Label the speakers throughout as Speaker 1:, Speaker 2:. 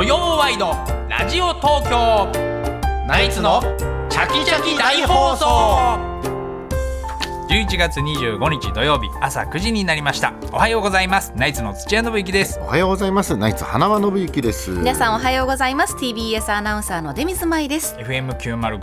Speaker 1: のラジオ東京ナイツのチャキチャキ大放送11月25日土曜日朝9時になりましたおはようございますナイツの土屋信之です
Speaker 2: おはようございます。ナイツ花輪信之です。
Speaker 3: 皆さんおはようございます TBS アナウンサーの出水舞です
Speaker 1: FM905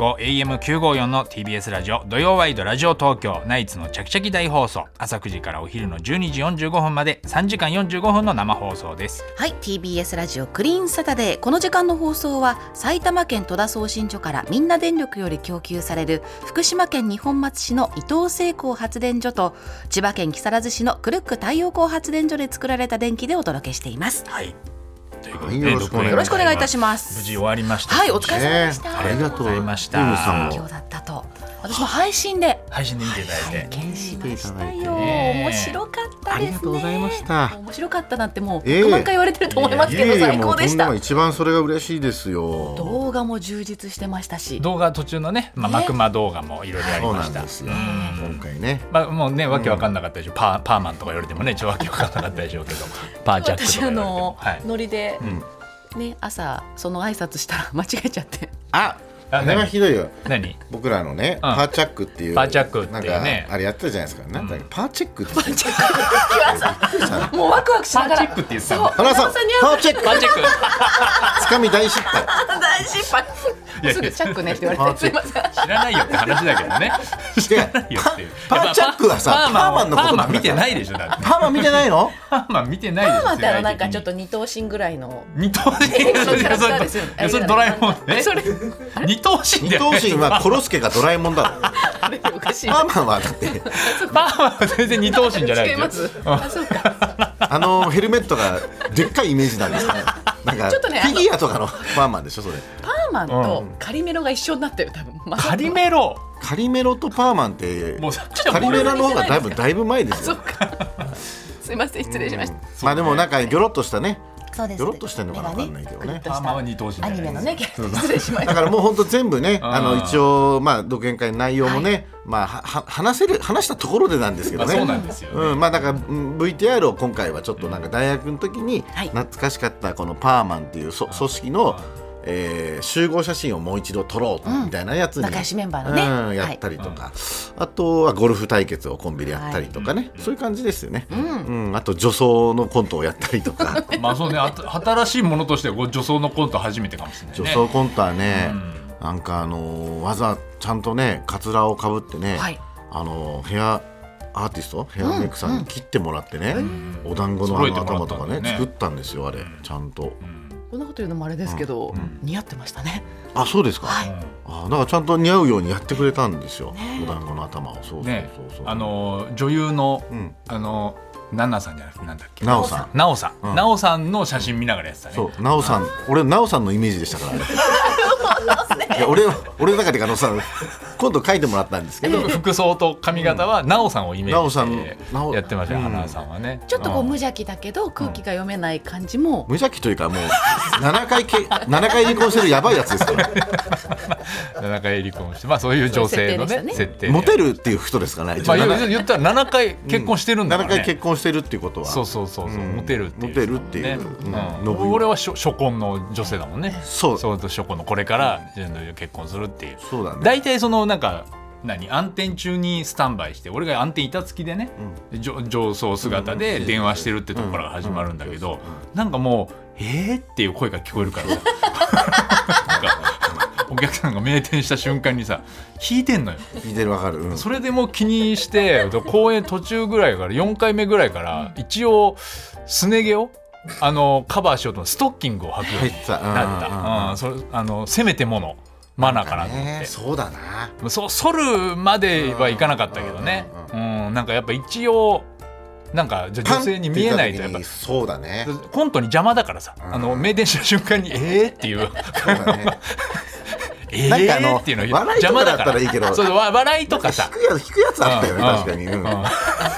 Speaker 1: AM954 の TBS ラジオ土曜ワイドラジオ東京ナイツのチャキチャキ大放送朝9時からお昼の12時45分まで3時間45分の生放送です
Speaker 3: はい TBS ラジオクリーンサタデーこの時間の放送は埼玉県戸田送信所からみんな電力より供給される福島県二本松市の伊東製鋼発電所と千葉県木更津市のクルック太陽光発電所で作られた電気でお届けしています
Speaker 1: はいというこ
Speaker 2: は
Speaker 1: と
Speaker 2: い
Speaker 1: で
Speaker 2: よろしくお願い
Speaker 3: よろしくお願いいたし
Speaker 1: ま
Speaker 3: ます
Speaker 1: 無事終わりました
Speaker 3: はいお疲れ様でし
Speaker 2: ね
Speaker 3: た、
Speaker 2: あり
Speaker 1: ありが
Speaker 2: がとう
Speaker 1: とうございました
Speaker 2: ユミさん
Speaker 3: 今日
Speaker 2: も
Speaker 3: だったと私も配信で
Speaker 1: 配信で見ていただいて
Speaker 3: 検しましたよ。
Speaker 1: ね
Speaker 3: 面白かったですね。
Speaker 2: ありがとうございました
Speaker 3: 面白かったなんてもう
Speaker 2: ええ
Speaker 3: 100万回言われてると思いますけ
Speaker 2: い
Speaker 3: ど、
Speaker 2: えいえ
Speaker 3: 最
Speaker 2: も
Speaker 3: 高
Speaker 2: うこ
Speaker 3: で
Speaker 2: ん
Speaker 3: し
Speaker 2: な
Speaker 3: た
Speaker 2: の。一番それが嬉しいですよ。
Speaker 3: 動画も充実してましたし、
Speaker 1: 動画途中のね、まあ、
Speaker 3: ね
Speaker 1: マクマ動画もいろいろやり
Speaker 2: そう
Speaker 1: ま
Speaker 2: な
Speaker 1: し
Speaker 2: ん
Speaker 1: た
Speaker 2: ですよ。今回ね。
Speaker 1: まあ、もうねわけわかんなかったでしょ、うパーパーマンとか言われてもねちょっとわけわかんなかったでしょうけどパージャックとか
Speaker 3: 私
Speaker 1: 言われ
Speaker 3: あ
Speaker 1: ても
Speaker 3: の、
Speaker 1: はい
Speaker 3: ノリで、
Speaker 2: ん
Speaker 3: ね朝その挨拶したら間違 えちゃって、
Speaker 2: あ、
Speaker 1: あ
Speaker 2: あれはひどいよ。
Speaker 1: 何
Speaker 2: 僕らのね、パーチャックっていう。
Speaker 1: パーチャックっていう
Speaker 2: なん
Speaker 1: ね
Speaker 2: か、あれやってたじゃないですか。なんだっけパーチェックって言ってた。
Speaker 3: もうワクワクしながら。
Speaker 1: パーチップって言ってたの
Speaker 3: そう
Speaker 2: 花輪さん
Speaker 3: 花輪
Speaker 2: パ
Speaker 3: に、会う
Speaker 2: ーチェック
Speaker 1: パーチェック
Speaker 2: つかみ大失敗。
Speaker 3: 大失敗。もうすぐチャックねって言われて、すいません。
Speaker 1: 知らないよって話だけどね
Speaker 2: して、
Speaker 1: いよっていう
Speaker 2: パーチャックはさ
Speaker 1: パーマン
Speaker 2: パーマンのこと
Speaker 1: パー
Speaker 2: なんだ
Speaker 1: マン見てないでしょだって
Speaker 2: パーマ見てないの
Speaker 1: パーマン見てないでしょ
Speaker 3: パーマってあのなんか
Speaker 1: 世
Speaker 3: ちょっ
Speaker 1: 界
Speaker 3: と二等身ぐらいの。
Speaker 1: 的に二等身
Speaker 3: そのキャラクターですよね
Speaker 1: いやそれドラえもんね
Speaker 3: それ
Speaker 1: 二等身
Speaker 2: 二
Speaker 1: だよ
Speaker 2: 等
Speaker 1: ね
Speaker 2: 身はコロスケがドラえもんだろ。
Speaker 3: あれおかしい。
Speaker 2: パーマンはだって、
Speaker 1: パーマンは全然二等身じゃない
Speaker 3: 違
Speaker 1: で
Speaker 3: い
Speaker 1: すよ
Speaker 3: ます。あ、そうか。
Speaker 2: あのヘルメットがでっかいイメージなんですね。なんか、フ
Speaker 3: ちょっとね
Speaker 2: ィギュアとかのパーマンでしょ、それ。
Speaker 3: パーマンとカリメロが一緒になってる多分。
Speaker 1: カリメロ
Speaker 2: カリメロとパーマンって
Speaker 1: もうさっきの
Speaker 2: カリメロの方がだ いぶだいぶ前です
Speaker 3: そう
Speaker 2: よ。
Speaker 3: か。すいません失礼しました。
Speaker 2: まあでもなんかギョロッとしたね。
Speaker 3: そうです
Speaker 2: ギョロッとしてんのかなわかんないけどね。
Speaker 1: パーマンは二等身じゃ
Speaker 3: ア
Speaker 1: ない
Speaker 3: ニ
Speaker 1: で
Speaker 3: メ
Speaker 1: す
Speaker 3: のね、 失礼しまし
Speaker 2: だからもう本当全部ね、
Speaker 1: ん
Speaker 2: あの一応まあ独演会の内容もね、まあはは話せる話したところでなんですけ
Speaker 1: ま
Speaker 2: ど
Speaker 1: あ
Speaker 2: ね。
Speaker 1: そうなんですよね
Speaker 2: うん、まあだからうん VTR を今回はちょっとなんか大学の時に
Speaker 3: はい
Speaker 2: 懐かしかったこのパーマンっていうそ組織の、えー集合写真をもう一度撮ろうみたいなやつに、
Speaker 3: うん仲良しメンバーのね
Speaker 2: うん
Speaker 3: はい
Speaker 2: やったりとか、あとはゴルフ対決をコンビでやったりとかね、そういう感じですよね、うんあと女装のコントをやったりと か
Speaker 1: まあそうね、あと新しいものとしてはこう女装のコント初めてかもしれないね。
Speaker 2: 女装コントはね、なんかあのーわざちゃんとねかつらをかぶってね、
Speaker 3: はい
Speaker 2: あのーヘアアーティストヘアメイクさんに切ってもらってね、お団子のあ
Speaker 1: 揃え
Speaker 2: の
Speaker 1: てもら
Speaker 2: 頭
Speaker 1: った
Speaker 2: と
Speaker 1: んだ
Speaker 2: か
Speaker 1: よね
Speaker 2: ね作ったんですよあれちゃんと、
Speaker 3: こんなこと言うのもあれですけど、似合ってましたね。
Speaker 2: あそうですか、
Speaker 3: はい
Speaker 2: あなんかちゃんと似合うようにやってくれたんですよ、お団子の頭をそうそう
Speaker 1: ね
Speaker 2: そうそう、、
Speaker 1: あのー女優の、
Speaker 2: ん
Speaker 1: あのーナナさんじゃなくてなんだっけ？
Speaker 2: なおさん
Speaker 1: なおさん、
Speaker 2: ん
Speaker 1: なおさんの写真見ながらやってたね。
Speaker 2: そう、なおさん、俺なおさんのイメージでした から、ね。いや、俺は、俺の中で、あのさ、今度書いてもらったんですけど。
Speaker 1: ふ 服装と髪型はなおさんをイメ
Speaker 2: な
Speaker 1: ー
Speaker 2: お
Speaker 1: ジし
Speaker 2: さん
Speaker 1: て
Speaker 2: なお
Speaker 1: やってましたよ。
Speaker 2: うん
Speaker 1: 花さんはね。
Speaker 3: ちょっとこう無
Speaker 1: ん
Speaker 3: 邪気だけど空気が読めない感じも
Speaker 2: 無邪気というか、もう、七回け、七回離婚してるやばいやつで すから。
Speaker 1: 七回離婚して、まあそういう女性の
Speaker 3: そういう設定で
Speaker 1: ね
Speaker 3: した
Speaker 1: 設定。
Speaker 2: モテるっていう人ですからね。一
Speaker 1: ま
Speaker 2: 応
Speaker 1: あ言
Speaker 2: 七
Speaker 1: う言ったら七回結婚してるんだか
Speaker 2: 七
Speaker 1: らね。
Speaker 2: 回結婚してるっていうことは。
Speaker 1: そうそうそうそう、
Speaker 2: うん
Speaker 1: モテるっていう、
Speaker 2: モテるっていう
Speaker 1: うん
Speaker 2: うん
Speaker 1: う
Speaker 2: 信
Speaker 1: ん
Speaker 2: 用
Speaker 1: 俺は初初婚の女性だもんね
Speaker 2: そう
Speaker 1: そうと初婚のこれからジェンダー結婚するっていう
Speaker 2: そうだね
Speaker 1: 大体そのなんか何暗転中にスタンバイして俺が暗転板付きでね、じょ上層姿で電話してるってところから始まるんだけど、なんかもう「えー?」っていう声が聞こえるからさなんかお客さんが名店した瞬間にさ引いてんのよ。
Speaker 2: 聞いてる、わかる。うん
Speaker 1: それでもう気にして公演途中ぐらいから4回目ぐらいから一応すね毛をあのカバーしようと思ってストッキングを履くように
Speaker 2: 入ってた。
Speaker 1: なった、うんそれあのせめてものマナーかなと思っ
Speaker 2: ね
Speaker 1: て。
Speaker 2: そうだな。
Speaker 1: そう剃るまではいかなかったけどね、う
Speaker 2: うん
Speaker 1: なんかやっぱ一応なんかじゃあ女性に見えないとやっぱ
Speaker 2: パンって言った時にそうだね。
Speaker 1: コントに邪魔だからさ、
Speaker 2: ん
Speaker 1: あの名電した瞬間に「えー?」 っていう
Speaker 2: そうだね。
Speaker 1: 「え
Speaker 2: なんかあの
Speaker 1: ー?」っていうの
Speaker 2: 笑いとかだったらいいけど
Speaker 1: そうそうわ笑いとかさ
Speaker 2: 引くやつ、引くやつあったよね、
Speaker 1: うん
Speaker 2: 確かに。うん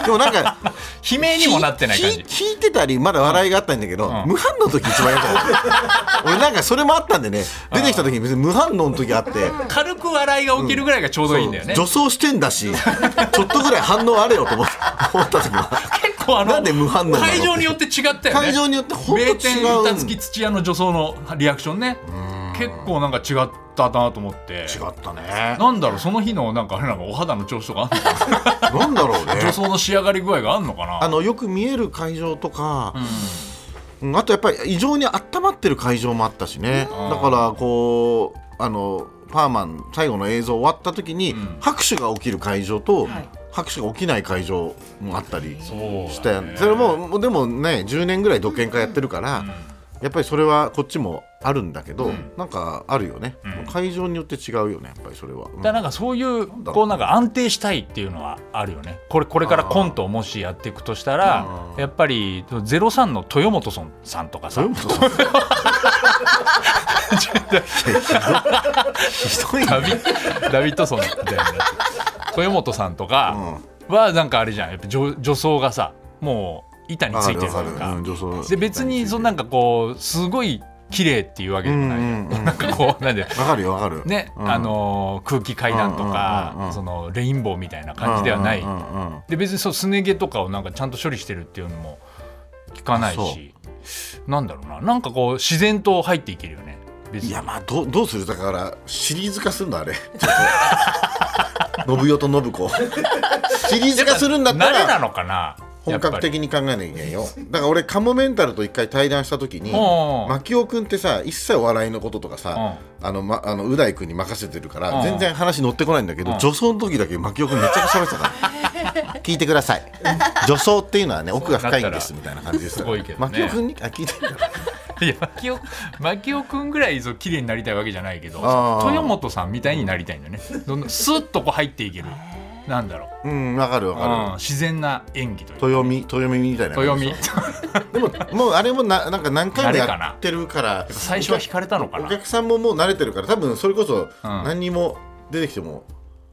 Speaker 2: でも、なんか。
Speaker 1: 悲鳴にもなってない感じ
Speaker 2: 聞聞いてたりまだ笑いがあったんだけど、
Speaker 1: ん
Speaker 2: 無反応の時一番やだった俺なんかそれもあったんでね出てきた時に別に無反応の時あって
Speaker 1: 軽く笑いが起きるぐらいがちょうどいいんだよね。
Speaker 2: そう女装してんだしちょっとぐらい反応あれよと思っ思った時は
Speaker 1: 結とあの
Speaker 2: なんで無反応なの
Speaker 1: 会場によって違ったよね
Speaker 2: 会場によって本当違
Speaker 1: 名
Speaker 2: う
Speaker 1: 店板付土屋の女装のリアクションね結構なんか違ったなと思って
Speaker 2: 違ったね
Speaker 1: なんだろうその日のなんかあれなんかお肌の調子とかあんの か
Speaker 2: なんだろう
Speaker 1: な
Speaker 2: ね
Speaker 1: 女装の仕上がり具合があんのかな
Speaker 2: あのよく見える会場とか
Speaker 1: う、ん
Speaker 2: うんあとやっぱり異常に温まってる会場もあったしね
Speaker 1: うん
Speaker 2: だからこうあのパーマン最後の映像終わった時に、
Speaker 1: うん
Speaker 2: 拍手が起きる会場と、
Speaker 3: はい
Speaker 2: 拍手が起きない会場もあったり
Speaker 1: そう
Speaker 2: し
Speaker 1: だよ
Speaker 2: たよ
Speaker 1: ね
Speaker 2: それももうでもね10年ぐらい独演会やってるから、やっぱりそれはこっちもあるんだけど、
Speaker 1: うん
Speaker 2: なんかあるよね、
Speaker 1: うん
Speaker 2: 会場によって違うよねやっぱりそれは。う
Speaker 1: だ
Speaker 2: ん
Speaker 1: からなんかそういう
Speaker 2: だろう
Speaker 1: こうなんか安定したいっていうのはあるよねこれこれからコントをもしやっていくとしたら
Speaker 2: あー
Speaker 1: やっぱり03の豊本さんさんとかさ
Speaker 2: ひどい
Speaker 1: ダ
Speaker 2: ね
Speaker 1: ビ ダビッドソンみたいなやつ豊本さんとかはなんかあれじゃんやっぱ女女装がさもう板についてるというか、
Speaker 2: うん女装
Speaker 1: で別にそのなんかこうすごい綺麗っていうわけでもないじゃん、
Speaker 2: うんうんうん
Speaker 1: なんかこうなんで
Speaker 2: わかるよわかる。
Speaker 1: ね、
Speaker 2: うん
Speaker 1: あのー空気階段とか、
Speaker 2: うんうんうんうん
Speaker 1: そのレインボーみたいな感じではない、
Speaker 2: うんうんうんうん
Speaker 1: で別にそうすね毛とかをなんかちゃんと処理してるっていうのも聞かないしなんだろうななんかこう自然と入っていけるよね別
Speaker 2: い
Speaker 1: に
Speaker 2: やまあどうどうするだからシリーズ化する のあれ。信代と信子。シリーズ化するんだった
Speaker 1: 慣れな
Speaker 2: ら
Speaker 1: のかな
Speaker 2: 本格
Speaker 1: やっ
Speaker 2: 的に考えなきゃいけないよ。だから俺カモメンタルと一回対談した時に、
Speaker 1: うんうん
Speaker 2: 牧雄君ってさ一切お笑いのこととか
Speaker 1: ぱり
Speaker 2: さ、あのまあのう大君に任せてるか
Speaker 1: うん
Speaker 2: ら全然話乗ってこないんだけど、
Speaker 1: うん
Speaker 2: 女装の時だけ牧雄君めちゃくちゃ喋ってたから。 聞いてください。女装っていうのはね奥が深いんですみたいな感じです
Speaker 1: すごいけどね
Speaker 2: 牧雄君にあ聞いてんだ。
Speaker 1: うんいや牧雄牧雄君ぐらいそう綺麗になりたいわけじゃないけど
Speaker 2: あー
Speaker 1: 豊本さんみたいになりたいんだよねどんどんスッとこう入っていけるなんだろう
Speaker 2: うんわかるわかる。
Speaker 1: うん自然な演技というか
Speaker 2: 豊見豊見みたいな
Speaker 1: 豊
Speaker 2: 感
Speaker 1: 見
Speaker 2: じでももうあれもななんか何回も
Speaker 1: 慣れかな
Speaker 2: やってるから
Speaker 1: 最初は惹かれたのか
Speaker 2: お
Speaker 1: な
Speaker 2: 客さんももう慣れてるから多分それこそ
Speaker 1: うん
Speaker 2: 何にも出てきても、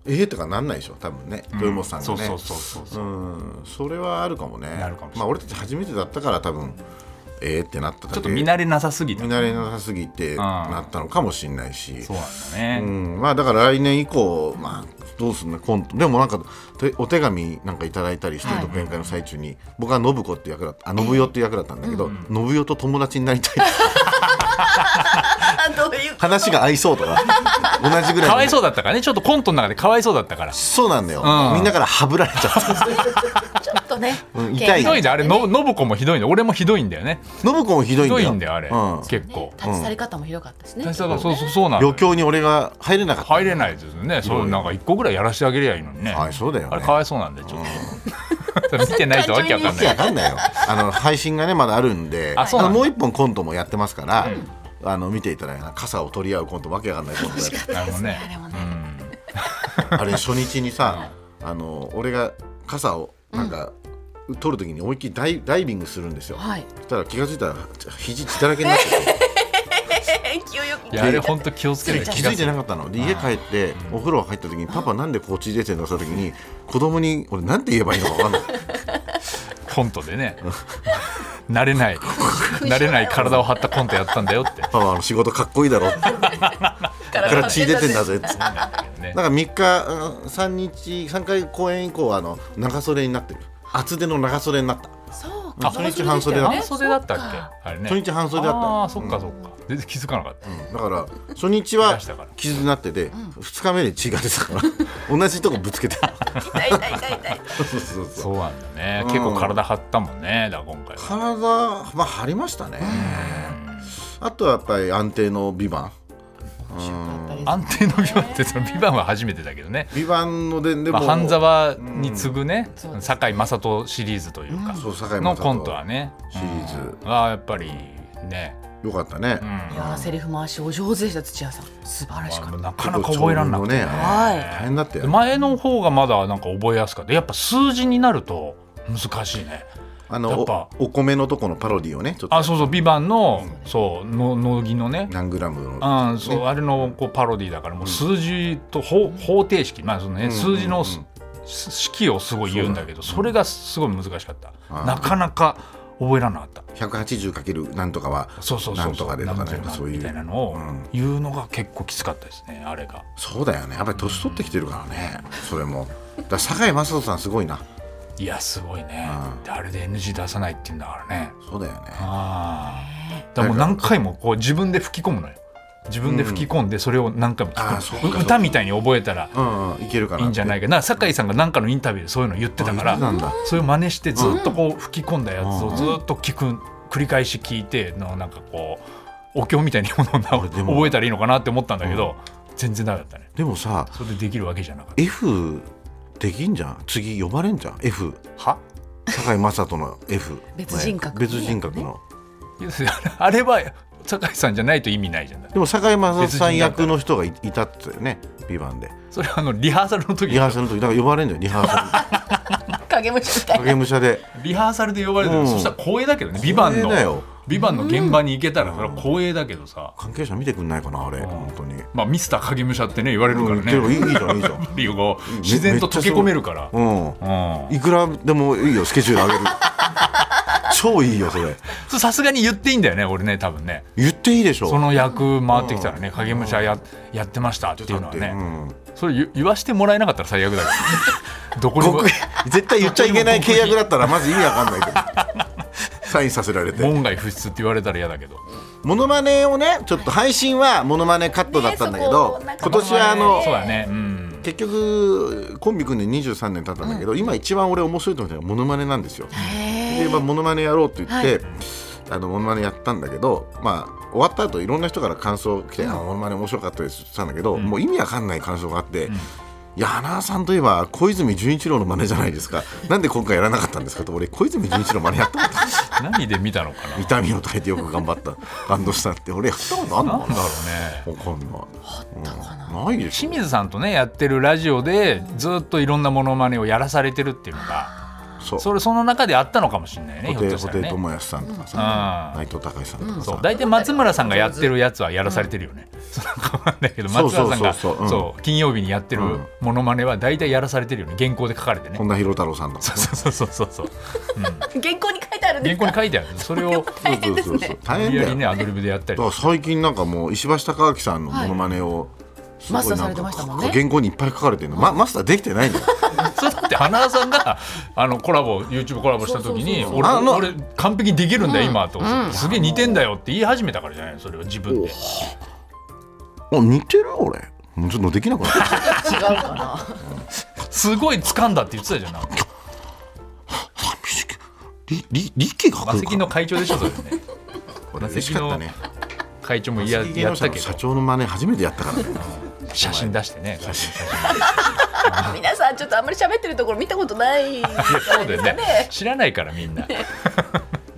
Speaker 2: ええとかなんないでしょ多分ね豊本さんがね、
Speaker 1: そうそうそうそう、
Speaker 2: うんそれはあるかもね
Speaker 1: なるかもしれない
Speaker 2: まあ俺たち初めてだったから多分ええってなっただけ
Speaker 1: ちょっと見慣れなさすぎた
Speaker 2: 見慣れなさすぎてなったのかもしれないし
Speaker 1: そうなんだね、
Speaker 2: うん、まあだから来年以降、まあ、どうすんのコントでもなんかてお手紙なんかいただいたりして
Speaker 3: はい
Speaker 2: 独演会の最中に、僕は信子っていう役だったあ信代っていう役だったんだけど、信代と友達になりたい
Speaker 3: あどういう
Speaker 2: 話が合いそうとか 同じぐらい
Speaker 1: かわい
Speaker 2: そ
Speaker 1: そうだったからねちょっとコントの中でかわいそうだったからひ
Speaker 2: うなんだよ、
Speaker 1: うん
Speaker 2: みんなからはぶられちゃった
Speaker 3: ちょっとね、
Speaker 2: うん痛い
Speaker 1: どいねあれの信子もひどいんだよ俺もひどいんだよね
Speaker 2: 信子もひど
Speaker 1: ひ
Speaker 2: いんだ
Speaker 1: ど
Speaker 2: よ
Speaker 1: いんだよあれ、
Speaker 2: うん
Speaker 1: 結構
Speaker 3: 立ち去り方もひどかったですね。
Speaker 1: 大佐がそうそうそうなの
Speaker 2: 余興に俺が入れなかった
Speaker 1: 入れないですよねそうなんか一個ぐらいやらしてあげりゃいいのにね、
Speaker 2: はいそうだよね
Speaker 1: あれかわいそうなんでちょっと 見てないとわけわかん
Speaker 2: わ
Speaker 1: な
Speaker 2: けわ
Speaker 1: い
Speaker 2: かんないよあの配信がねまだあるんで
Speaker 1: あそうなんだ
Speaker 2: のもう一本コントもやってますから、あの見ていただいたら傘を取り合うコントわけわかんないコントやって
Speaker 1: なるほどね
Speaker 3: あれもね
Speaker 2: あれ初日にさ、あの俺が傘をなんか、取るときに思いっきりダイダイビングするんですよ。
Speaker 3: はい。
Speaker 2: そしたら気が付いたら肘血だらけになって て
Speaker 3: 勢いよく
Speaker 1: いやあれ本当気をつけて
Speaker 2: 気づいてなかったの。で家帰ってお風呂入ったときにパパなんでこう血出てんのって言ったときに子供に俺なんて言えばいいのかわかんない。
Speaker 1: コントでね慣れ ない慣れない体を張ったコントやったんだよって
Speaker 2: パパあの仕事かっこいいだ ろ。だから血出てんだぜっつって。
Speaker 1: ね
Speaker 2: なんか3日うん三日三回公演以降はあの長袖になってる。厚手の長袖になった。
Speaker 3: そう
Speaker 2: あ初日半袖だった
Speaker 1: 半袖だったっけあれね
Speaker 2: 初日半袖だったの
Speaker 1: あーそっかそっか全然気づかなかった
Speaker 2: だから初日
Speaker 1: 出
Speaker 2: は
Speaker 1: したから
Speaker 2: 傷になってて2日目で血が出たか ら同じとこぶつけて
Speaker 3: 痛い痛い痛い痛い。
Speaker 2: そうそうそう
Speaker 1: そうなんだね
Speaker 2: うん
Speaker 1: 結構体張ったもんねだから今回は
Speaker 2: 体まあ張りましたねあとはやっぱり安定の「ビバン
Speaker 1: 安定の美版ってその美版は初めてだけどね
Speaker 2: 「ビバンのでで
Speaker 1: ま
Speaker 2: も
Speaker 1: あ半沢に次ぐね
Speaker 3: そうです
Speaker 1: 堺雅人シリーズというか
Speaker 2: そう堺雅
Speaker 1: の
Speaker 2: 人
Speaker 1: コントはね
Speaker 2: シリーズ
Speaker 1: うんあーやっぱりね
Speaker 2: よかったね
Speaker 1: うん
Speaker 3: いやーセリフ回しお上手でした土屋さん。素晴らしか
Speaker 1: まあ
Speaker 3: っ
Speaker 1: なかなか覚えらんなくて
Speaker 2: ね
Speaker 3: はい
Speaker 2: 大変だったよね
Speaker 1: 前の方がまだなんか覚えやすかったやっぱ数字になると難しいね
Speaker 2: あ
Speaker 1: や
Speaker 2: の
Speaker 1: っぱ
Speaker 2: おお米のとこのパロディをねちょっ
Speaker 1: あ
Speaker 2: と
Speaker 1: そうそう「美版のそうの乃木のね
Speaker 2: 何グラムの
Speaker 1: あーそうあれのこうパロディだからもう数字と方方程式、まあそのね、
Speaker 2: んうん
Speaker 1: 数字のすす式をすごい言うんだけどそれがすごい難しかった、
Speaker 2: あー
Speaker 1: なかなか覚えられなかった
Speaker 2: 180× なんとかは
Speaker 1: そうそうそう
Speaker 2: なんとかでとかね
Speaker 1: なんとか
Speaker 2: そういう
Speaker 1: みたいなのを
Speaker 2: うん
Speaker 1: 言うのが結構きつかったですねあれが
Speaker 2: そうだよねやっぱり年取ってきてるからねそれもだから堺雅人さんすごいな
Speaker 1: いやすごいね
Speaker 2: うん
Speaker 1: であれで NG 出さないっていうんだからね
Speaker 2: そうだよね
Speaker 1: ああだからもう何回もこう自分で吹き込むのよ自分で吹き込んでそれを何回も
Speaker 2: ああそ
Speaker 1: 聞く、
Speaker 2: うかそうか
Speaker 1: 歌みたいに覚えたら
Speaker 2: うんうんいけるかない
Speaker 1: いんじゃないかな酒井さんが何かのインタビューでそういうの言ってたか
Speaker 2: あ言
Speaker 1: ら
Speaker 2: ってたんだ
Speaker 1: それを真似してずっとこう吹き込んだやつをずっと聞く繰り返し聞いてのなんかこうお経みたいなものをな
Speaker 2: 俺でも
Speaker 1: 覚えたらいいのかなって思ったんだけど全然ダメだったね
Speaker 2: でもさ
Speaker 1: それでできるわけじゃなかった
Speaker 2: F できんじゃん次呼ばれんじゃん F
Speaker 1: は
Speaker 2: 坂井雅人の F
Speaker 3: 別人格
Speaker 2: ね別人格の
Speaker 1: いやあれは酒井さんじゃないと意味ないじゃん
Speaker 2: でも坂井雅人さん役の人がいいたって言ってたよね「ビバンで
Speaker 1: それはあのリハーサルの時
Speaker 2: リハーサルの時だから呼ばれんじゃんリハーサ
Speaker 3: 影武者み た
Speaker 2: ル影武者で
Speaker 1: リハーサルで呼ばれてる、
Speaker 2: うん
Speaker 1: そしたら光栄だけどね「ビバン
Speaker 2: 光栄だよ
Speaker 1: の「ビバンの現場に行けたらそれは光栄だけどさ、
Speaker 2: 関係者見てくんないかなあれ
Speaker 1: うん
Speaker 2: 本当に
Speaker 1: まあ、ミスター影武者ってね言われるから
Speaker 2: うん
Speaker 1: ね、
Speaker 2: でもいいいいじゃんいいじゃん
Speaker 1: 理由が自然と溶け込めるから、
Speaker 2: うん
Speaker 1: うん
Speaker 2: いくらでもいいよスケジュール 上げる超いいよそれ
Speaker 1: それさすがに言っていいんだよね俺ね多分ね
Speaker 2: 言っていいでしょ
Speaker 1: その役回ってきたらね影武者ややってましたっていうのは
Speaker 2: う
Speaker 1: ね
Speaker 2: ん
Speaker 1: それ言言わしてもらえなかったら最悪だよどこにも
Speaker 2: 極絶対言っちゃいけない契約だったらまず意味わかんない けどサインさせられて
Speaker 1: 門外不出って言われたら嫌だけど
Speaker 2: モノマネをねちょっと配信はモノマネカットだったんだけど、
Speaker 3: ねそ
Speaker 2: 今
Speaker 3: こ
Speaker 2: 年はあ
Speaker 3: モノマネ
Speaker 2: の
Speaker 1: そうだねうん
Speaker 2: 結局コンビ組んで23年経ったんだけど、今一番俺面白いと思ったのはモノマネなんですよ。
Speaker 3: へ
Speaker 2: で、まあ、モノマネやろうって言っ
Speaker 3: は
Speaker 2: て、あのモノマネやったんだけど、まあ、終わった後いろんな人から感想来て「あモノマネ面白かったです」って言ってたんだけど、もう意味わかんない感想があって。いや花さんといえば小泉純一郎の真似じゃないで すかなんで今回やらなかったんですかと俺小泉純一郎真似やったことない
Speaker 1: 何で見たのかな
Speaker 2: 痛みを耐えてよく頑張った感動したって俺やったことあんの
Speaker 1: なんだろうね
Speaker 2: わかんない。うんないでし
Speaker 1: 清
Speaker 2: ょ。
Speaker 1: 水さんとねやってるラジオでずっといろんなものまねをやらされてるっていうのが
Speaker 2: そう。
Speaker 1: それその中であったのかもしれないねひ
Speaker 2: 布
Speaker 1: ょっと
Speaker 2: 袋
Speaker 1: し
Speaker 2: 布
Speaker 1: たら
Speaker 2: 袋
Speaker 1: ね
Speaker 2: 寅泰さんとか
Speaker 1: うん
Speaker 2: さ、内藤隆さんとか
Speaker 1: そう
Speaker 2: さ。
Speaker 1: 大体松村さんがやってるやつはやらされてるよね、そうなんかだけど
Speaker 2: そう
Speaker 1: 松
Speaker 2: そう
Speaker 1: 村さんが
Speaker 2: そうそううん
Speaker 1: そう金曜日にやってる
Speaker 2: うん
Speaker 1: ものまねは大体やらされてるよね原稿で書かれてね、
Speaker 2: 本田博太郎さんとか。
Speaker 1: そうそうそうそうそう
Speaker 3: ー原稿に書いてあるんで
Speaker 1: 原
Speaker 3: す
Speaker 1: 稿
Speaker 3: か
Speaker 1: に書いてあるそれを
Speaker 2: そうそうそうそう。大
Speaker 1: 無理
Speaker 2: 変
Speaker 1: や
Speaker 2: だ
Speaker 1: り
Speaker 2: よ。
Speaker 1: ね
Speaker 2: だ
Speaker 1: アドリブでやったり
Speaker 2: から最近なんかもう石橋貴明さんのモノマネをすごい
Speaker 3: マスターさ
Speaker 2: な
Speaker 3: れ
Speaker 2: ん
Speaker 3: て
Speaker 2: か
Speaker 3: ましたもんね
Speaker 2: 原稿にいっぱい書かれてるの。まマスターできてないんだよ。
Speaker 1: そうだって花田さんがあのコラボ YouTube コラボした時に
Speaker 2: うあの
Speaker 1: 俺俺完璧にできるんだよ今とすげえ似てんだよって言い始めたからじゃないそれを自分で
Speaker 2: あ似てる俺。もうちょっとできなくなった。
Speaker 1: すごい掴んだって言ってたじゃんなんか
Speaker 2: りり力が
Speaker 1: マ
Speaker 2: 来
Speaker 1: セ
Speaker 2: る
Speaker 1: キ
Speaker 2: か
Speaker 1: の
Speaker 2: ら。
Speaker 1: 会長でしょそれ ね
Speaker 2: これ嬉しかったね。
Speaker 1: 会長も
Speaker 2: マ
Speaker 1: や
Speaker 2: セキ芸
Speaker 1: や
Speaker 2: 能
Speaker 1: っ
Speaker 2: 社
Speaker 1: た
Speaker 2: の
Speaker 1: け
Speaker 2: 社
Speaker 1: ど
Speaker 2: 長の真似初めてやった からね。
Speaker 1: 写真出してね
Speaker 3: 皆さんちょっとあんまり喋ってるところ見たこ とない
Speaker 1: いや そうだよね知らないからみんな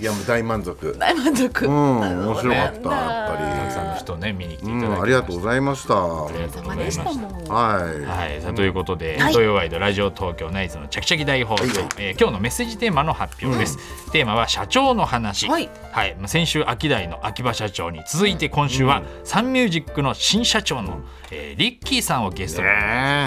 Speaker 1: い
Speaker 2: やもう大満足。
Speaker 3: 大満足
Speaker 2: うん面白か
Speaker 3: な
Speaker 2: っ
Speaker 3: ん
Speaker 2: た
Speaker 3: だ
Speaker 2: やっぱり。
Speaker 1: あの人ね見に来ていただ
Speaker 2: う
Speaker 1: いて
Speaker 2: ん、ありがとうございました。は
Speaker 1: ありがとうございました
Speaker 3: ん
Speaker 2: い。
Speaker 1: はい、さあということで、
Speaker 3: はい
Speaker 1: 土曜ワイドラジオ東京ナイツのチャキチャキ大放送、
Speaker 2: はい
Speaker 1: えー今日のメッセージテーマの発表です、テーマは社長の話
Speaker 3: は
Speaker 1: はいい、まあ先週秋代の秋葉社長に続いて今週は、サンミュージックの新社長の、えーリッキーさんをゲストに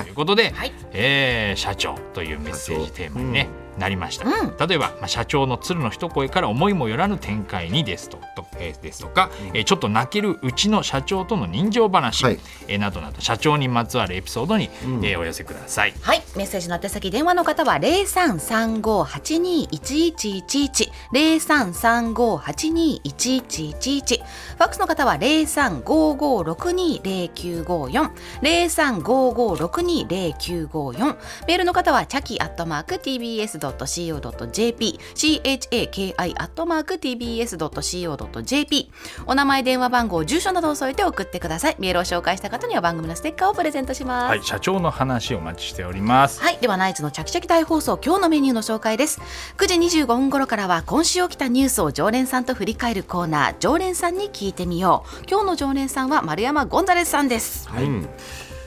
Speaker 1: ということで、
Speaker 3: はい
Speaker 1: えー社長というメッセージテーマに、ねなりました、
Speaker 3: うん
Speaker 1: 例えば、まあ、社長の鶴の一声から思いもよらぬ展開にですとと、えーですとか、えーちょっと泣けるうちの社長との人情話、
Speaker 2: はい
Speaker 1: えーなどなど社長にまつわるエピソードに、えーお寄せください。
Speaker 3: はい、メッセージの宛先電話の方は零三三五八二一一一一零三三五八二一一一一。ファックスの方は零三五五六二零九五四零三五五六二零九五四。メールの方はチャキアットマーク TBS ドット CO ドット JP C H A K I アットマーク TBS ドット CO ドット JP。お名前、電話番号、住所などを添えて送ってください。メールを紹介した方には番組のステッカーをプレゼントします。
Speaker 1: はい、社長の話をお待ちしております。
Speaker 3: はい、ではナイツのチャキチャキ大放送今日のメニューの紹介です。9時25分頃からは今週起きたニュースを常連さんと振り返るコーナー、常連さんに聞いてみよう。今日の常連さんは丸山ゴンザレスさんです。
Speaker 2: はい。うん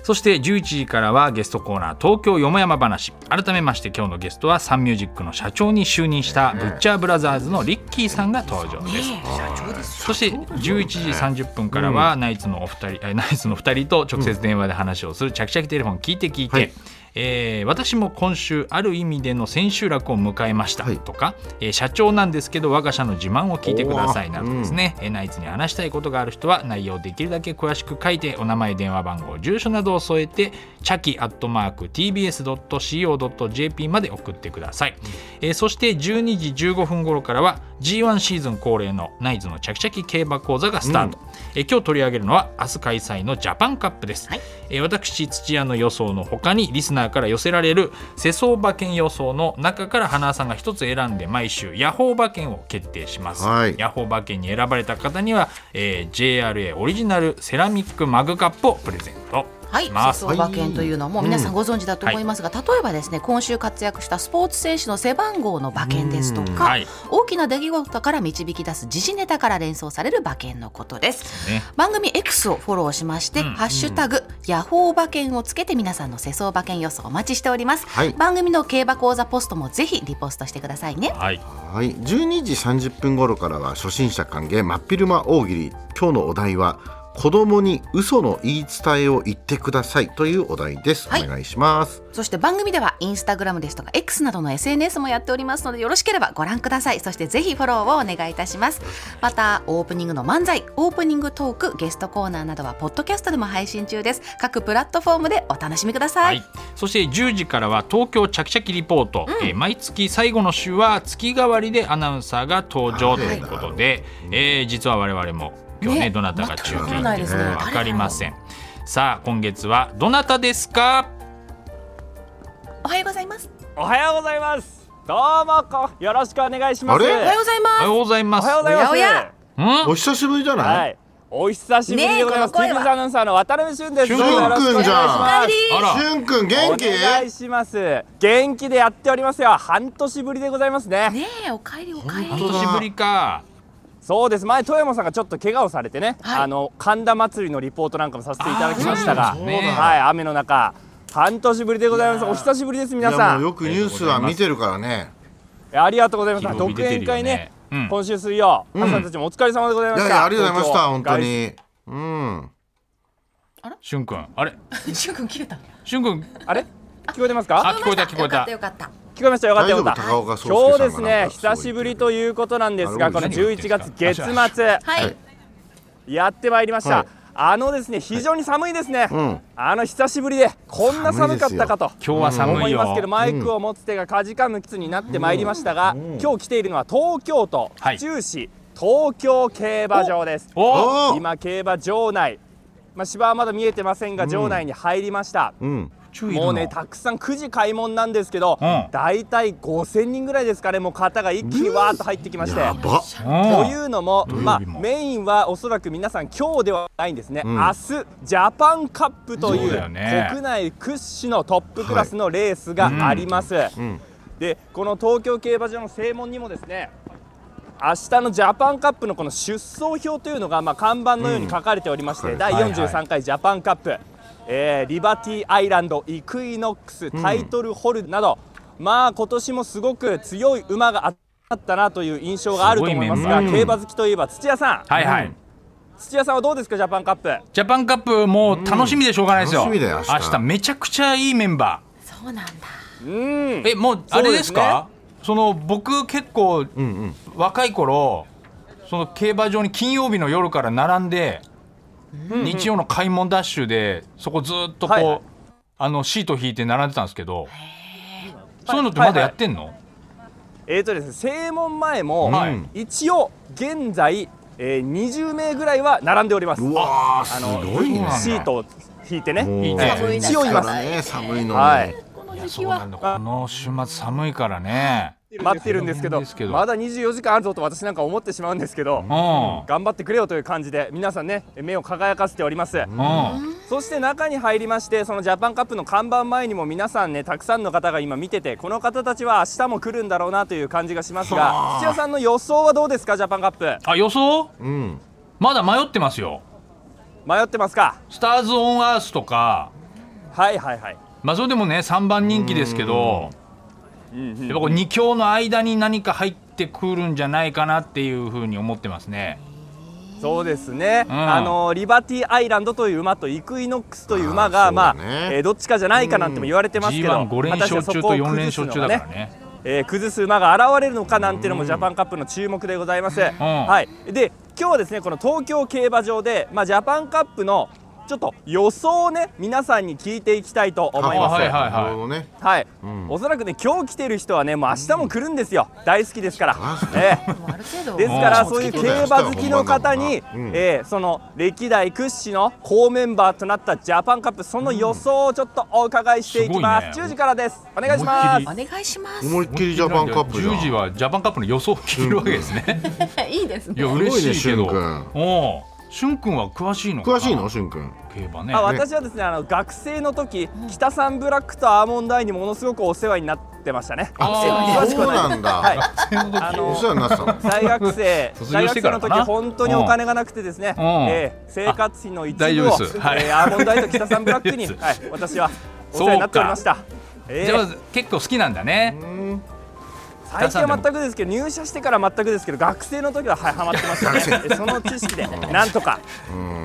Speaker 1: そして11時からはゲストコーナー東京よもやま話改めまして今日のゲストはサンミュージックの社長に就任したブッチャーブラザーズのリッキーさんが登場です。そして11時30分からはナイツのお二人、えナイツの二人と直接電話で話をするチャキチャキテレフォン聞いて聞いて、
Speaker 2: はい
Speaker 1: えー私も今週ある意味での千秋楽を迎えました
Speaker 2: はい
Speaker 1: とか、えー社長なんですけど我が社の自慢を聞いてくださいなどですね、えーナイツに話したいことがある人は内容をできるだけ詳しく書いてお名前電話番号住所などを添えてチャキアットマーク TBS.CO.jp まで送ってください、えーそして12時15分頃からは G1 シーズン恒例のナイツのチャキチャキ競馬講座がスタート、えー今日取り上げるのは明日開催のジャパンカップです、
Speaker 3: はい
Speaker 1: えー私土屋の予想の他にリスナーから寄せられる世相馬券予想の中から花さんが一つ選んで毎週ヤホー馬券を決定します、
Speaker 2: はい
Speaker 1: ヤホー馬券に選ばれた方には、えー JRA オリジナルセラミックマグカップをプレゼント
Speaker 3: はい、
Speaker 1: します
Speaker 3: 世相馬券というのはもう皆さんご存知だと思いますが、例えばですね今週活躍したスポーツ選手の背番号の馬券ですとか、
Speaker 1: うんはい
Speaker 3: 大きな出来事から導き出す時事ネタから連想される馬券のことです、
Speaker 1: ね
Speaker 3: 番組 X をフォローしまして「ハッシュタグヤホー馬券」をつけて皆さんの世相馬券予想お待ちしております、
Speaker 2: はい
Speaker 3: 番組の競馬講座ポストもぜひリポストしてくださいね
Speaker 1: はい
Speaker 2: はい、12時30分頃からは初心者歓迎真っ昼間大喜利今日のお題は子供に嘘の言い伝えを言ってくださいというお題です、
Speaker 3: はい
Speaker 2: お願いします
Speaker 3: そして番組ではインスタグラムですとか X などの SNS もやっておりますのでよろしければご覧くださいそしてぜひフォローをお願いいたしますまたオープニングの漫才オープニングトークゲストコーナーなどはポッドキャストでも配信中です各プラットフォームでお楽しみくださ、
Speaker 1: はいい、そして10時からは東京チャキチャキリポート、えー毎月最後の週は月替わりでアナウンサーが登場
Speaker 2: あ
Speaker 1: と
Speaker 2: ー
Speaker 1: いうことで、えー実は我々も今日ね
Speaker 3: ね
Speaker 1: どなたが中継に出
Speaker 3: 全くわかんない
Speaker 1: てる
Speaker 3: です
Speaker 1: か
Speaker 3: ね
Speaker 1: 分かりません、さあ今月はどなたですか
Speaker 3: おはようございます
Speaker 4: おはようございます。どうもこよろしくお願いします。
Speaker 2: あれ
Speaker 4: お
Speaker 3: おはようござい
Speaker 1: おは
Speaker 3: ま
Speaker 1: ようございます
Speaker 4: はようございます。
Speaker 3: おやおや
Speaker 1: うん
Speaker 2: お久しぶりじゃない、
Speaker 4: はい。お久しぶりでございます。
Speaker 3: ねえこの声は
Speaker 4: TBS アナウンサーの渡辺俊です。
Speaker 1: 俊
Speaker 4: よろ
Speaker 1: 君
Speaker 4: しくお願いします
Speaker 2: じゃん
Speaker 3: す
Speaker 1: あ
Speaker 2: し
Speaker 1: ら
Speaker 2: ゅんくん元気
Speaker 4: お願いします。元気でやっておりますよ。半年ぶりでございますね。
Speaker 3: ねえおかえりおかえ
Speaker 1: 半
Speaker 2: 本当
Speaker 3: り
Speaker 2: だ
Speaker 1: 年ぶりか
Speaker 4: そうです。前富山さんがちょっと怪我をされてね、
Speaker 3: はい
Speaker 4: あの神田祭りのリポートなんかもさせていただきました
Speaker 1: あ
Speaker 4: が、
Speaker 1: ーそうなんだ
Speaker 4: はい、雨の中。半年ぶりでございます。お久しぶりです、皆
Speaker 2: いや
Speaker 4: さ
Speaker 2: も
Speaker 4: ん
Speaker 2: う。よくニュースは見てるからね
Speaker 4: いやありがとうございました。
Speaker 1: 広
Speaker 4: 独
Speaker 1: い出て
Speaker 4: 演
Speaker 1: るよね
Speaker 4: 会ね、
Speaker 1: うん
Speaker 4: 今週水曜、
Speaker 2: ん
Speaker 4: 皆さんたちもお疲れ様でございま
Speaker 2: い
Speaker 4: し
Speaker 2: や
Speaker 4: た。
Speaker 2: いやありがとうございました本当
Speaker 4: 東京。
Speaker 2: にうん
Speaker 1: しゅんくんあれ
Speaker 3: しゅんくん切れた
Speaker 1: しゅんくん
Speaker 4: あれ、聞こえてますか
Speaker 1: あ？聞こえた聞こえた
Speaker 3: よかったよかった
Speaker 4: 聞こえましたよか
Speaker 2: 大
Speaker 4: った
Speaker 2: 丈
Speaker 4: よ
Speaker 2: 夫
Speaker 4: かった。
Speaker 2: 高岡壮
Speaker 4: 今
Speaker 2: 介さ
Speaker 4: 日で
Speaker 2: んが
Speaker 4: す
Speaker 2: なん
Speaker 4: ね、
Speaker 2: かそう言
Speaker 4: 久
Speaker 2: って
Speaker 4: しぶりということなんです
Speaker 2: あ
Speaker 4: が、
Speaker 2: れ
Speaker 4: この
Speaker 2: 何言
Speaker 1: ってん
Speaker 4: 11
Speaker 1: すか
Speaker 4: 月月
Speaker 1: あ
Speaker 4: 末
Speaker 3: はい
Speaker 4: やってまいりまし
Speaker 2: はい
Speaker 4: た。あのですね、非常に寒いですね
Speaker 2: うん。
Speaker 4: あの久しぶりでこんな寒かったかと。
Speaker 1: 今日は
Speaker 4: 思
Speaker 1: 寒い
Speaker 4: い
Speaker 1: よ
Speaker 4: ますけどマイクを持つ手がかじかむつになってまいりましたが、今日来ているのは東京都
Speaker 1: はい
Speaker 4: 府中市東京競馬場です
Speaker 1: お
Speaker 2: お
Speaker 4: 今競馬場内まあ芝はまだ見えてませんが場内に入りました、
Speaker 2: うん
Speaker 1: 注意
Speaker 4: もうねたくさん9時開門なんですけど、
Speaker 1: うん
Speaker 4: 大体5000人ぐらいですかねもう方が一気にわーっと入ってきまして、
Speaker 2: やば
Speaker 4: と
Speaker 1: お
Speaker 4: いうのも、
Speaker 1: 土曜日
Speaker 4: まあ、
Speaker 1: も
Speaker 4: メインはおそらく皆さん今日ではないんですね、
Speaker 2: ん
Speaker 4: 明日ジャパンカップとい
Speaker 1: そうだ
Speaker 4: う
Speaker 1: よね
Speaker 4: 国内屈指のトップクラスのレースがあります、
Speaker 2: ん
Speaker 4: でこの東京競馬場の正門にもですね明日のジャパンカップのこの出走表というのが、まあ、看板のように書かれておりまして、
Speaker 2: うん
Speaker 4: 第
Speaker 1: はいはい
Speaker 4: 43回ジャパンカップ、えーリバティアイランドイクイノックスタイトルホルなど、まあ今年もすごく強い馬が集まったなという印象があると思います
Speaker 1: すご
Speaker 4: が
Speaker 1: いメンバー
Speaker 4: 競馬好きといえば土屋さん、
Speaker 1: はいはい、
Speaker 4: 土屋さんはどうですかジャパンカップ
Speaker 1: ジャパンカップもう楽しみでしょうがないですよ、
Speaker 2: うん楽しみだよ明
Speaker 1: 明
Speaker 2: 日
Speaker 1: 日めちゃくちゃいいメンバー
Speaker 3: そうなんだ
Speaker 4: うん
Speaker 1: えもうあれですかその僕結構
Speaker 2: うんうん
Speaker 1: 若い頃その競馬場に金曜日の夜から並んで、日曜の開門ダッシュでそこずっとこう、
Speaker 4: はいはい
Speaker 1: あのシート引いて並んでたんですけどそういうのってまだやってんの、
Speaker 4: えーとですね、正門前も、
Speaker 1: はい
Speaker 4: 一応現在、えー、20名ぐらいは並んでおります
Speaker 2: うわー
Speaker 4: あ
Speaker 2: す
Speaker 4: の
Speaker 2: ごいね
Speaker 4: シートを引いてね
Speaker 2: もう
Speaker 1: いいね寒
Speaker 4: いな強います
Speaker 2: ね寒いのに
Speaker 4: はい
Speaker 1: そうなんだこの週末寒いからね
Speaker 4: 待ってるんですけど
Speaker 1: ですけど
Speaker 4: まだ24時間あるぞと私なんか思ってしまうんですけど、
Speaker 1: うんうん
Speaker 4: 頑張ってくれよという感じで皆さんね目を輝かせております、そして中に入りましてそのジャパンカップの看板前にも皆さんねたくさんの方が今見ててこの方たちは明日も来るんだろうなという感じがしますが土屋さんの予想はどうですかジャパンカップ
Speaker 1: あ予想
Speaker 2: うん
Speaker 1: まだ迷ってますよ
Speaker 4: 迷ってますか
Speaker 1: スターズ・オン・アースとか
Speaker 4: はいはいはい
Speaker 1: まあそれでもね3番人気ですけど
Speaker 4: うんうん
Speaker 1: やっぱこう2強の間に何か入ってくるんじゃないかなっていうふうに思ってますね。
Speaker 4: そうですね、
Speaker 1: うん
Speaker 4: あのリバティアイランドという馬とイクイノックスという馬
Speaker 2: あ
Speaker 4: が、
Speaker 2: ーそう
Speaker 4: ま
Speaker 2: だ
Speaker 4: あ
Speaker 2: ね
Speaker 4: えーどっちかじゃないかなんても言われてますけど、
Speaker 1: G15 連勝中と4連勝中だ
Speaker 4: ね
Speaker 1: からね
Speaker 4: えー崩す馬が現れるのかなんてのもジャパンカップの注目でございます。はい、で今日はですねこの東京競馬場で、まあ、ジャパンカップのちょっと予想をね皆さんに聞いていきたいと思います。
Speaker 1: あはいはいはい
Speaker 2: なるほどね
Speaker 4: はい、
Speaker 2: ん
Speaker 4: おそらくね今日来てる人はねもう明日も来るんですよ、大好きですから。
Speaker 2: あそう
Speaker 4: ええ
Speaker 3: もうある程度
Speaker 4: ですから
Speaker 1: うん
Speaker 4: そういう
Speaker 2: 好き
Speaker 4: 競
Speaker 2: だよ
Speaker 4: 馬好きの方に
Speaker 2: 好きだよ、うん
Speaker 4: えーその歴代屈指の好メンバーとなったジャパンカップその予想をちょっとお伺いしていきます,、
Speaker 1: うんすごいね
Speaker 4: 10時からですお願いしま
Speaker 1: 思いっ
Speaker 4: す
Speaker 1: き
Speaker 3: お願いします
Speaker 2: 思いっきりジャパンカップじゃん
Speaker 1: 10時はジャパンカップの予想を聞けるわけです ね
Speaker 3: いいです
Speaker 1: い
Speaker 3: ね
Speaker 1: や嬉しいけど
Speaker 2: すごいね
Speaker 1: おう俊君は詳しいのかな
Speaker 2: 詳しいのしゅんくん
Speaker 1: 競馬ね
Speaker 4: あ私はですねあの学生の時北サンブラックとアーモンドアイにものすごくお世話になってましたね
Speaker 1: あ
Speaker 4: 詳しく
Speaker 2: そう
Speaker 4: はない
Speaker 2: なんだ、
Speaker 4: はい
Speaker 1: あ
Speaker 4: あの
Speaker 2: お世話になってたの
Speaker 4: 大学生
Speaker 1: 卒
Speaker 4: 大
Speaker 1: 業して
Speaker 4: 学生
Speaker 1: から
Speaker 4: の
Speaker 1: か
Speaker 4: 時
Speaker 1: な
Speaker 4: 本当にお金がなくてですね、
Speaker 1: うん
Speaker 4: えー生活費の一部を、え
Speaker 1: 大丈夫ですはい
Speaker 4: ーアーモンドアイと北サンブラック
Speaker 1: 大
Speaker 4: に、
Speaker 1: 丈夫
Speaker 4: はい、私はお世話になっておりました。え
Speaker 1: じ
Speaker 4: ー
Speaker 1: ゃあ結構好きなんだね
Speaker 4: 最近は全くですけど入社してから全くですけど学生の時ははいハマってましたねその知識でなんとか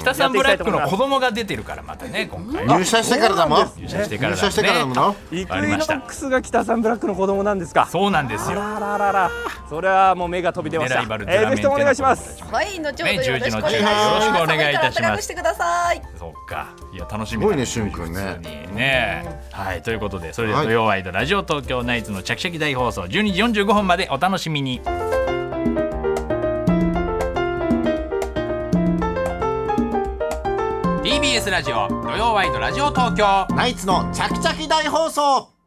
Speaker 1: 北さんブラックの子供が出てるからまたね今回
Speaker 2: 入社してからだもん
Speaker 1: 入社してからだもんね
Speaker 2: 入社してからだもんな
Speaker 4: イクイ
Speaker 1: わかり
Speaker 4: ノ
Speaker 1: ました
Speaker 4: ックスが北サンブラックの子供なんですか
Speaker 1: そうなんです
Speaker 4: あ
Speaker 1: よ
Speaker 4: らあらあらあらそれはもう目が飛び出ました
Speaker 1: ねライバル
Speaker 4: えーぜひともお願いします
Speaker 5: はい、後ほ
Speaker 1: ね
Speaker 5: どよろしくお願いします。
Speaker 1: 10時の10よろしくお願いいたします
Speaker 5: 寒から暖かくしてください。
Speaker 1: そうかいや楽しみ
Speaker 2: すごいね
Speaker 1: 俊
Speaker 2: 俊君ね
Speaker 1: ねはいということでそれでは
Speaker 2: はい
Speaker 1: 土曜ワイドラジオ東京ナイツのチャキチャキ大放送12時45分までお楽しみに「TBS ラジオ土曜ワイドラジオ東京」
Speaker 2: ナイツのチャキチャキ大放送